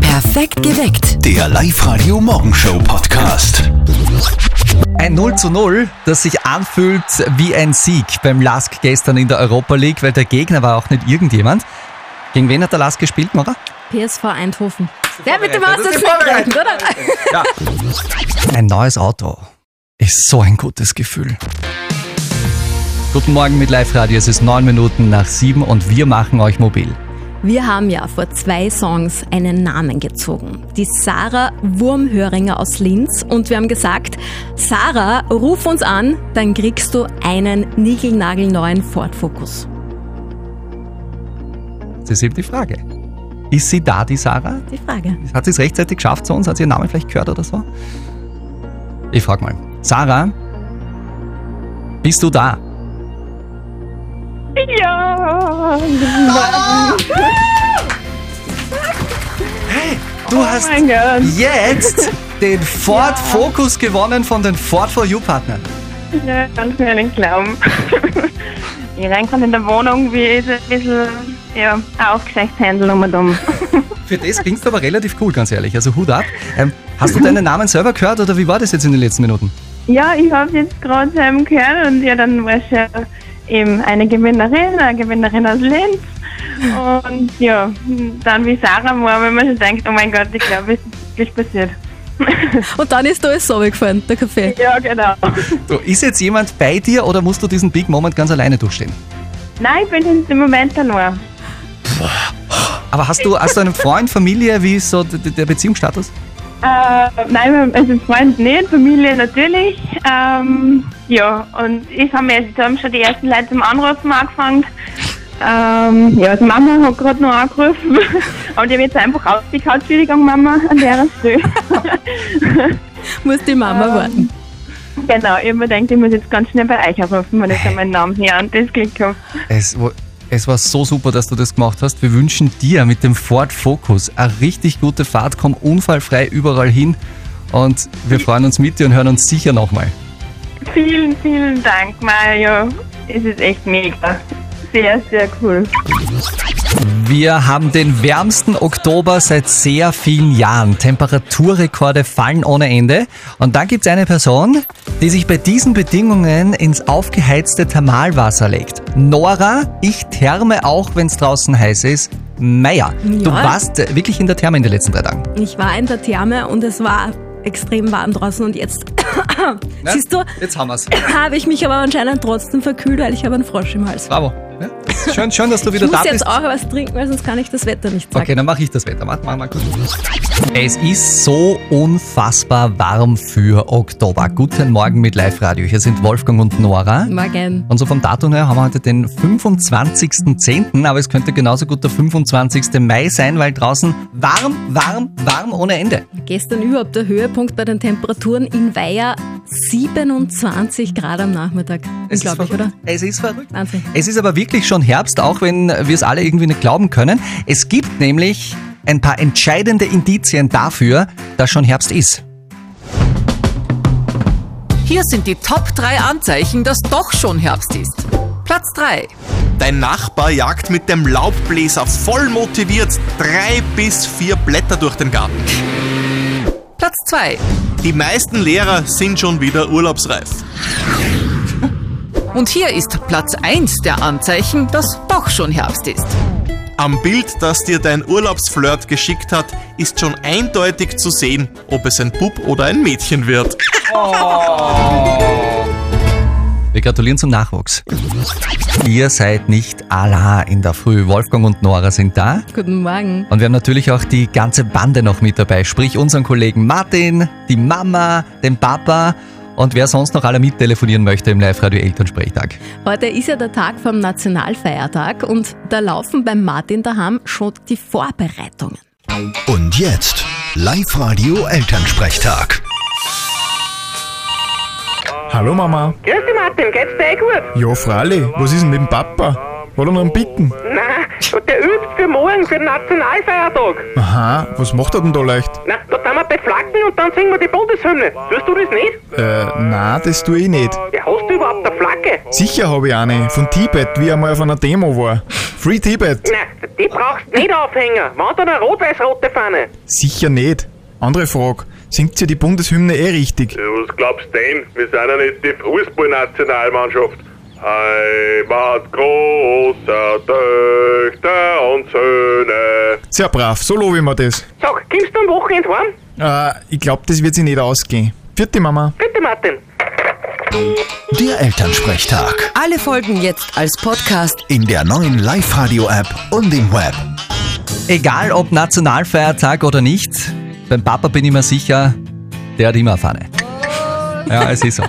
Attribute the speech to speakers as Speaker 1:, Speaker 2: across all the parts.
Speaker 1: Perfekt geweckt.
Speaker 2: Der Live-Radio Morgenshow Podcast.
Speaker 3: Ein 0 zu 0, das sich anfühlt wie ein Sieg beim Lask gestern in der Europa League, weil der Gegner war auch nicht irgendjemand. Gegen wen hat der Lask gespielt, Nora?
Speaker 4: PSV Eindhoven. Der mit dem
Speaker 3: vorbereitet, das ist
Speaker 4: Auslandsvergleich, oder?
Speaker 3: Ein neues Auto ist so ein gutes Gefühl. Guten Morgen mit Live Radio, es ist 9 Minuten nach 7 und wir machen euch mobil.
Speaker 4: Wir haben ja vor zwei Songs einen Namen gezogen. Die Sarah Wurmhöringer aus Linz. Und wir haben gesagt, Sarah, ruf uns an, dann kriegst du einen niegelnagelneuen Ford Focus.
Speaker 3: Das ist eben die Frage. Ist sie da, die Sarah?
Speaker 4: Die Frage.
Speaker 3: Hat sie es rechtzeitig geschafft zu uns? Hat sie ihren Namen vielleicht gehört oder so? Ich frag mal. Sarah, bist du da?
Speaker 5: Ja,
Speaker 3: Du hast
Speaker 5: mein Gott.
Speaker 3: jetzt den Ford Focus gewonnen von den Ford for You Partnern.
Speaker 5: Ja, kannst mir nicht glauben. Ich reinkomme in der Wohnung, wie ist ein bisschen ja, aufgeschreckt Händel um und um.
Speaker 3: Für das klingst du aber relativ cool, ganz ehrlich. Also Hut ab. Ähm, hast du deinen Namen selber gehört oder wie war das jetzt in den letzten Minuten?
Speaker 5: Ja, ich habe jetzt gerade zu einem gehört und ja, dann war ich ja eben eine Gewinnerin, eine Gewinnerin aus Linz. Und ja, dann wie Sarah war, wenn man schon denkt, oh mein Gott, ich glaube, es ist wirklich passiert.
Speaker 4: Und dann ist alles so weggefallen, der Kaffee.
Speaker 5: Ja, genau.
Speaker 3: Du, ist jetzt jemand bei dir oder musst du diesen Big Moment ganz alleine durchstehen?
Speaker 5: Nein, ich bin jetzt im Moment da nur.
Speaker 3: Aber hast du, hast du einen Freund, Familie, wie ist so d- d- der Beziehungsstatus?
Speaker 5: Äh, nein, also Freund nicht, Familie natürlich. Ähm, ja, und ich habe mir jetzt haben schon die ersten Leute zum Anrufen angefangen. Ähm, ja, die Mama hat gerade noch angerufen. Und ich habe jetzt einfach rausgehauen, Entschuldigung Mama, an der Stelle.
Speaker 4: Muss die
Speaker 3: Ähm.
Speaker 4: Mama warten.
Speaker 5: genau, ich habe mir gedacht, ich muss jetzt ganz schnell bei euch anrufen, wenn ich da meinen Namen hier und das Glück habe.
Speaker 3: Es, wo- es war so super, dass du das gemacht hast. Wir wünschen dir mit dem Ford Focus eine richtig gute Fahrt. Komm unfallfrei überall hin. Und wir freuen uns mit dir und hören uns sicher nochmal.
Speaker 5: Vielen, vielen Dank, Mario. Es ist echt mega. Sehr, sehr cool.
Speaker 3: Wir haben den wärmsten Oktober seit sehr vielen Jahren. Temperaturrekorde fallen ohne Ende. Und dann gibt es eine Person, die sich bei diesen Bedingungen ins aufgeheizte Thermalwasser legt. Nora, ich therme auch, wenn es draußen heiß ist. Meier, du
Speaker 4: Ja.
Speaker 3: warst äh, wirklich in der Therme in den letzten drei Tagen.
Speaker 4: Ich war in der Therme und es war extrem warm draußen und jetzt, siehst du,
Speaker 3: Jetzt haben wir's.
Speaker 4: habe ich mich aber anscheinend trotzdem verkühlt, weil ich habe einen Frosch im Hals.
Speaker 3: Bravo. Ja, ist Schön, schön, dass du wieder
Speaker 4: Ich
Speaker 3: da
Speaker 4: muss
Speaker 3: bist.
Speaker 4: jetzt auch was trinken, weil sonst kann ich das Wetter nicht sagen.
Speaker 3: Okay, dann mache ich das Wetter. Warte, mach mal kurz. Es ist so unfassbar warm für Oktober. Guten Morgen mit Live Radio. Hier sind Wolfgang und Nora.
Speaker 4: Morgen.
Speaker 3: Und so vom Datum her haben wir heute den 25.10., aber es könnte genauso gut der 25. Mai sein, weil draußen warm, warm, warm ohne Ende.
Speaker 4: Gestern überhaupt der Höhepunkt bei den Temperaturen in Weiher 27 Grad am Nachmittag.
Speaker 3: Es ist
Speaker 4: Unglaublich, oder?
Speaker 3: verrückt. Es ist verrückt.
Speaker 4: Wahnsinn.
Speaker 3: Es ist aber wirklich schon Herbst, auch wenn wir es alle irgendwie nicht glauben können. Es gibt nämlich ein paar entscheidende Indizien dafür, dass schon Herbst ist.
Speaker 6: Hier sind die Top 3 Anzeichen, dass doch schon Herbst ist. Platz 3.
Speaker 7: Dein Nachbar jagt mit dem Laubbläser voll motiviert drei bis vier Blätter durch den Garten.
Speaker 6: Platz 2.
Speaker 7: Die meisten Lehrer sind schon wieder urlaubsreif.
Speaker 6: Und hier ist Platz 1 der Anzeichen, dass doch schon Herbst ist.
Speaker 7: Am Bild, das dir dein Urlaubsflirt geschickt hat, ist schon eindeutig zu sehen, ob es ein Bub oder ein Mädchen wird.
Speaker 3: Wir gratulieren zum Nachwuchs. Ihr seid nicht Allah in der Früh. Wolfgang und Nora sind da.
Speaker 4: Guten Morgen.
Speaker 3: Und wir haben natürlich auch die ganze Bande noch mit dabei. Sprich unseren Kollegen Martin, die Mama, den Papa und wer sonst noch alle mittelefonieren möchte im Live-Radio Elternsprechtag.
Speaker 4: Heute ist ja der Tag vom Nationalfeiertag und da laufen beim Martin daheim schon die Vorbereitungen.
Speaker 2: Und jetzt Live-Radio Elternsprechtag.
Speaker 8: Hallo Mama.
Speaker 9: Grüß dich Martin, geht's dir eh gut?
Speaker 8: Ja, Frali, was ist denn mit dem Papa?
Speaker 1: Hat er noch einen Bitten?
Speaker 8: Nein, der übt für morgen, für den Nationalfeiertag.
Speaker 1: Aha, was macht er denn da leicht?
Speaker 8: Na, da sind wir bei Flaggen und dann singen wir die Bundeshymne. Tust du das nicht?
Speaker 1: Äh, na, das tue ich nicht.
Speaker 8: Ja, hast du überhaupt eine Flagge?
Speaker 1: Sicher habe ich eine, von Tibet, wie er mal auf einer Demo war. Free Tibet!
Speaker 8: Nein, die brauchst du nicht aufhängen. Wann dann eine rot-weiß-rote Fahne?
Speaker 1: Sicher nicht. Andere Frage, singt ihr die Bundeshymne eh richtig?
Speaker 9: Ja, was glaubst du denn? Wir sind ja nicht die Fußballnationalmannschaft. Heimat großer Töchter und Söhne.
Speaker 1: Sehr brav, so lobe ich mir das.
Speaker 8: Sag, kommst du am Wochenende heim?
Speaker 1: Äh, ich glaube, das wird sich nicht ausgehen. Vierte Mama.
Speaker 8: Bitte, Martin.
Speaker 2: Der Elternsprechtag.
Speaker 6: Alle Folgen jetzt als Podcast.
Speaker 2: In der neuen Live-Radio-App und im Web.
Speaker 3: Egal ob Nationalfeiertag oder nicht, beim Papa bin ich mir sicher, der hat immer eine Pfanne. Ja, es ist so.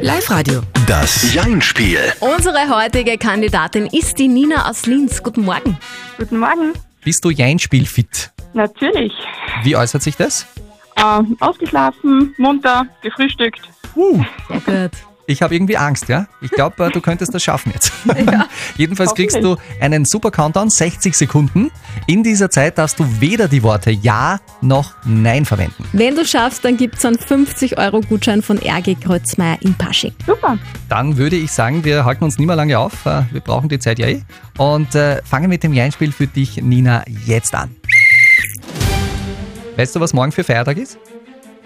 Speaker 6: Live-Radio.
Speaker 2: Das Jein-Spiel.
Speaker 4: Unsere heutige Kandidatin ist die Nina aus Linz. Guten Morgen.
Speaker 5: Guten Morgen.
Speaker 3: Bist du Jeinspielfit?
Speaker 5: Natürlich.
Speaker 3: Wie äußert sich das?
Speaker 5: Ähm, ausgeschlafen, munter, gefrühstückt.
Speaker 4: Sehr gut.
Speaker 3: Ich habe irgendwie Angst, ja? Ich glaube, du könntest das schaffen jetzt. Jedenfalls kriegst du einen super Countdown, 60 Sekunden. In dieser Zeit darfst du weder die Worte Ja noch Nein verwenden.
Speaker 4: Wenn du schaffst, dann gibt's einen 50-Euro-Gutschein von RG Kreuzmeier in Pasching.
Speaker 5: Super.
Speaker 3: Dann würde ich sagen, wir halten uns nicht mehr lange auf. Äh, Wir brauchen die Zeit ja eh. Und äh, fangen mit dem Jeinspiel für dich, Nina, jetzt an. Weißt du, was morgen für Feiertag ist?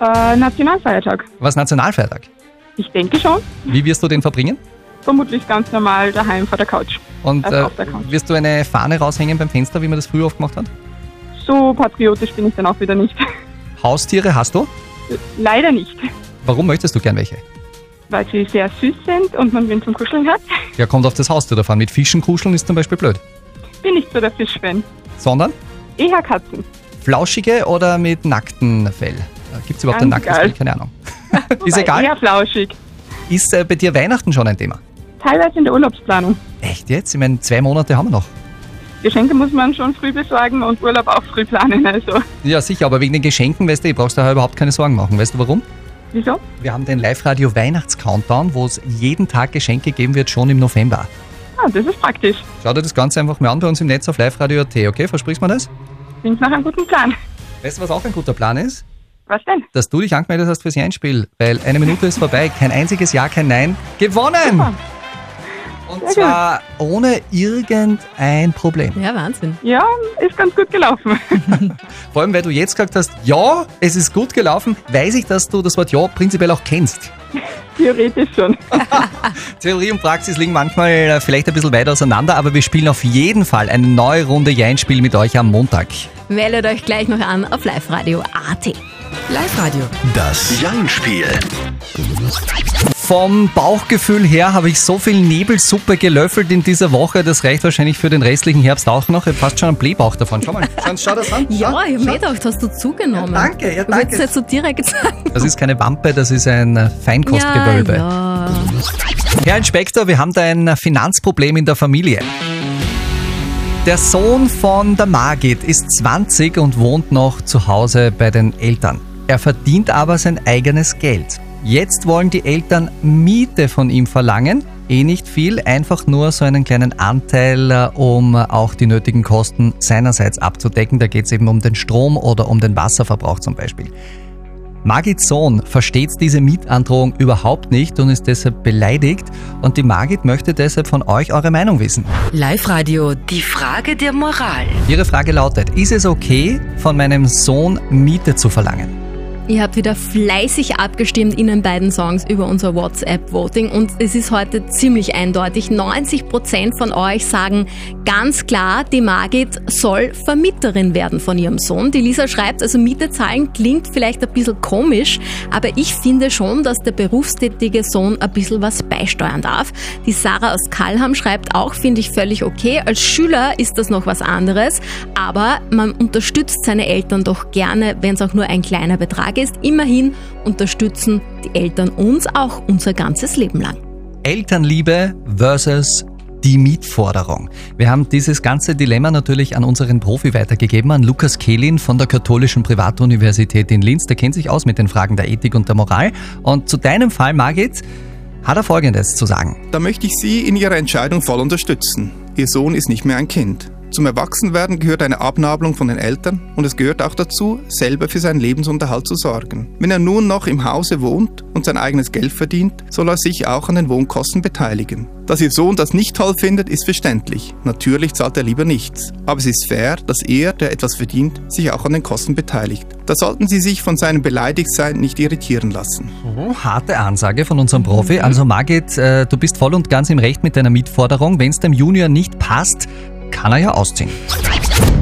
Speaker 5: Äh, Nationalfeiertag.
Speaker 3: Was Nationalfeiertag?
Speaker 5: Ich denke schon.
Speaker 3: Wie wirst du den verbringen?
Speaker 5: Vermutlich ganz normal daheim vor der Couch.
Speaker 3: Und
Speaker 5: Also
Speaker 3: äh,
Speaker 5: auf der Couch.
Speaker 3: wirst du eine Fahne raushängen beim Fenster, wie man das früher oft gemacht hat?
Speaker 5: So patriotisch bin ich dann auch wieder nicht.
Speaker 3: Haustiere hast du?
Speaker 5: Leider nicht,
Speaker 3: Warum möchtest du gern welche?
Speaker 5: weil sie sehr süß sind und man wen zum Kuscheln hat.
Speaker 3: Ja, kommt auf das Haustier davon. Mit Fischen kuscheln ist zum Beispiel blöd.
Speaker 5: Bin nicht so der Fischfan.
Speaker 3: Sondern
Speaker 5: Eher Katzen.
Speaker 3: flauschige oder mit nacktem Fell? Äh, Gibt's überhaupt ein
Speaker 5: Ganz
Speaker 3: nacktes
Speaker 5: egal.
Speaker 3: Fell? Keine Ahnung. ist
Speaker 5: Wobei,
Speaker 3: egal.
Speaker 5: Eher flauschig.
Speaker 3: Ist äh, bei dir Weihnachten schon ein Thema?
Speaker 5: Teilweise in der Urlaubsplanung.
Speaker 3: Echt jetzt? Ich meine, zwei Monate haben wir noch.
Speaker 5: Geschenke muss man schon früh besorgen und Urlaub auch früh planen. Also,
Speaker 3: Ja, sicher, aber wegen den Geschenken, weißt du, ich brauchst da überhaupt keine Sorgen machen. Weißt du warum?
Speaker 5: wieso?
Speaker 3: Wir haben den Live-Radio Weihnachts-Countdown, wo es jeden Tag Geschenke geben wird, schon im November.
Speaker 5: Ah, das ist praktisch.
Speaker 3: Schau dir das Ganze einfach mal an bei uns im Netz auf liveradio.at, okay? Versprichst du mir das?
Speaker 5: Klingt nach einem guten Plan.
Speaker 3: Weißt du, was auch ein guter Plan ist?
Speaker 5: Was denn?
Speaker 3: Dass du dich angemeldet hast fürs Einspiel, weil eine Minute ist vorbei, kein einziges Ja, kein Nein. Gewonnen!
Speaker 5: Super.
Speaker 3: Und
Speaker 5: gut.
Speaker 3: zwar ohne irgendein Problem.
Speaker 4: Ja, Wahnsinn.
Speaker 5: Ja, ist ganz gut gelaufen.
Speaker 3: Vor allem, weil du jetzt gesagt hast, ja, es ist gut gelaufen, weiß ich, dass du das Wort Ja prinzipiell auch kennst.
Speaker 5: Theoretisch schon.
Speaker 3: Theorie und Praxis liegen manchmal äh, vielleicht ein bisschen weit auseinander, aber wir spielen auf jeden Fall eine neue Runde Jein-Spiel mit euch am Montag.
Speaker 4: Meldet euch gleich noch an auf liveradio.at.
Speaker 6: Live-Radio.
Speaker 2: Das Jein-Spiel.
Speaker 3: Vom Bauchgefühl her habe ich so viel Nebelsuppe gelöffelt in dieser Woche, das reicht wahrscheinlich für den restlichen Herbst auch noch. Ihr passt schon am Blähbauch davon. Schau mal, schau, schau das an.
Speaker 4: Ja, ich hab mir gedacht, hast du zugenommen.
Speaker 3: Ja, danke, ja,
Speaker 4: Du
Speaker 3: danke.
Speaker 4: hättest nicht so direkt sagen.
Speaker 3: Das ist keine Wampe, das ist ein äh, Feinkostgewölbe.
Speaker 4: Ja, ja.
Speaker 3: Herr Inspektor, wir haben da ein Finanzproblem in der Familie. Der Sohn von der Margit ist 20 und wohnt noch zu Hause bei den Eltern. Er verdient aber sein eigenes Geld. Jetzt wollen die Eltern Miete von ihm verlangen. Eh nicht viel, einfach nur so einen kleinen Anteil, äh, um äh, auch die nötigen Kosten seinerseits abzudecken. Da geht es eben um den Strom oder um den Wasserverbrauch zum Beispiel. Margits Sohn versteht diese Mietandrohung überhaupt nicht und ist deshalb beleidigt und die Margit möchte deshalb von euch eure Meinung wissen.
Speaker 6: Live-Radio. Die Frage der Moral.
Speaker 3: Ihre Frage lautet, ist es okay, von meinem Sohn Miete zu verlangen?
Speaker 4: Ihr habt wieder fleißig abgestimmt in den beiden Songs über unser WhatsApp-Voting und es ist heute ziemlich eindeutig. 90% von euch sagen ganz klar, die Margit soll Vermieterin werden von ihrem Sohn. Die Lisa schreibt, also Miete zahlen klingt vielleicht ein bisschen komisch, aber ich finde schon, dass der berufstätige Sohn ein bisschen was beisteuern darf. Die Sarah aus Kalham schreibt auch, finde ich völlig okay. Als Schüler ist das noch was anderes, aber man unterstützt seine Eltern doch gerne, wenn es auch nur ein kleiner Betrag ist. Immerhin unterstützen die Eltern uns auch unser ganzes Leben lang.
Speaker 3: Elternliebe versus die Mietforderung. Wir haben dieses ganze Dilemma natürlich an unseren Profi weitergegeben, an Lukas Kehlin von der Katholischen Privatuniversität in Linz. Der kennt sich aus mit den Fragen der Ethik und der Moral. Und zu deinem Fall, Margit, hat er Folgendes zu sagen.
Speaker 10: Da möchte ich Sie in Ihrer Entscheidung voll unterstützen. Ihr Sohn ist nicht mehr ein Kind. Zum Erwachsenwerden gehört eine Abnabelung von den Eltern und es gehört auch dazu, selber für seinen Lebensunterhalt zu sorgen. Wenn er nun noch im Hause wohnt und sein eigenes Geld verdient, soll er sich auch an den Wohnkosten beteiligen. Dass Ihr Sohn das nicht toll findet, ist verständlich. Natürlich zahlt er lieber nichts. Aber es ist fair, dass er, der etwas verdient, sich auch an den Kosten beteiligt. Da sollten Sie sich von seinem Beleidigtsein nicht irritieren lassen.
Speaker 3: Mhm, Harte Ansage von unserem Profi. Also Margit, äh, du bist voll und ganz im Recht mit deiner Mitforderung. Wenn es dem Junior nicht passt, kann er ja ausziehen.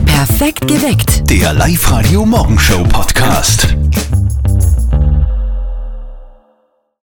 Speaker 6: Perfekt geweckt.
Speaker 2: Der Live-Radio Morgenshow Podcast.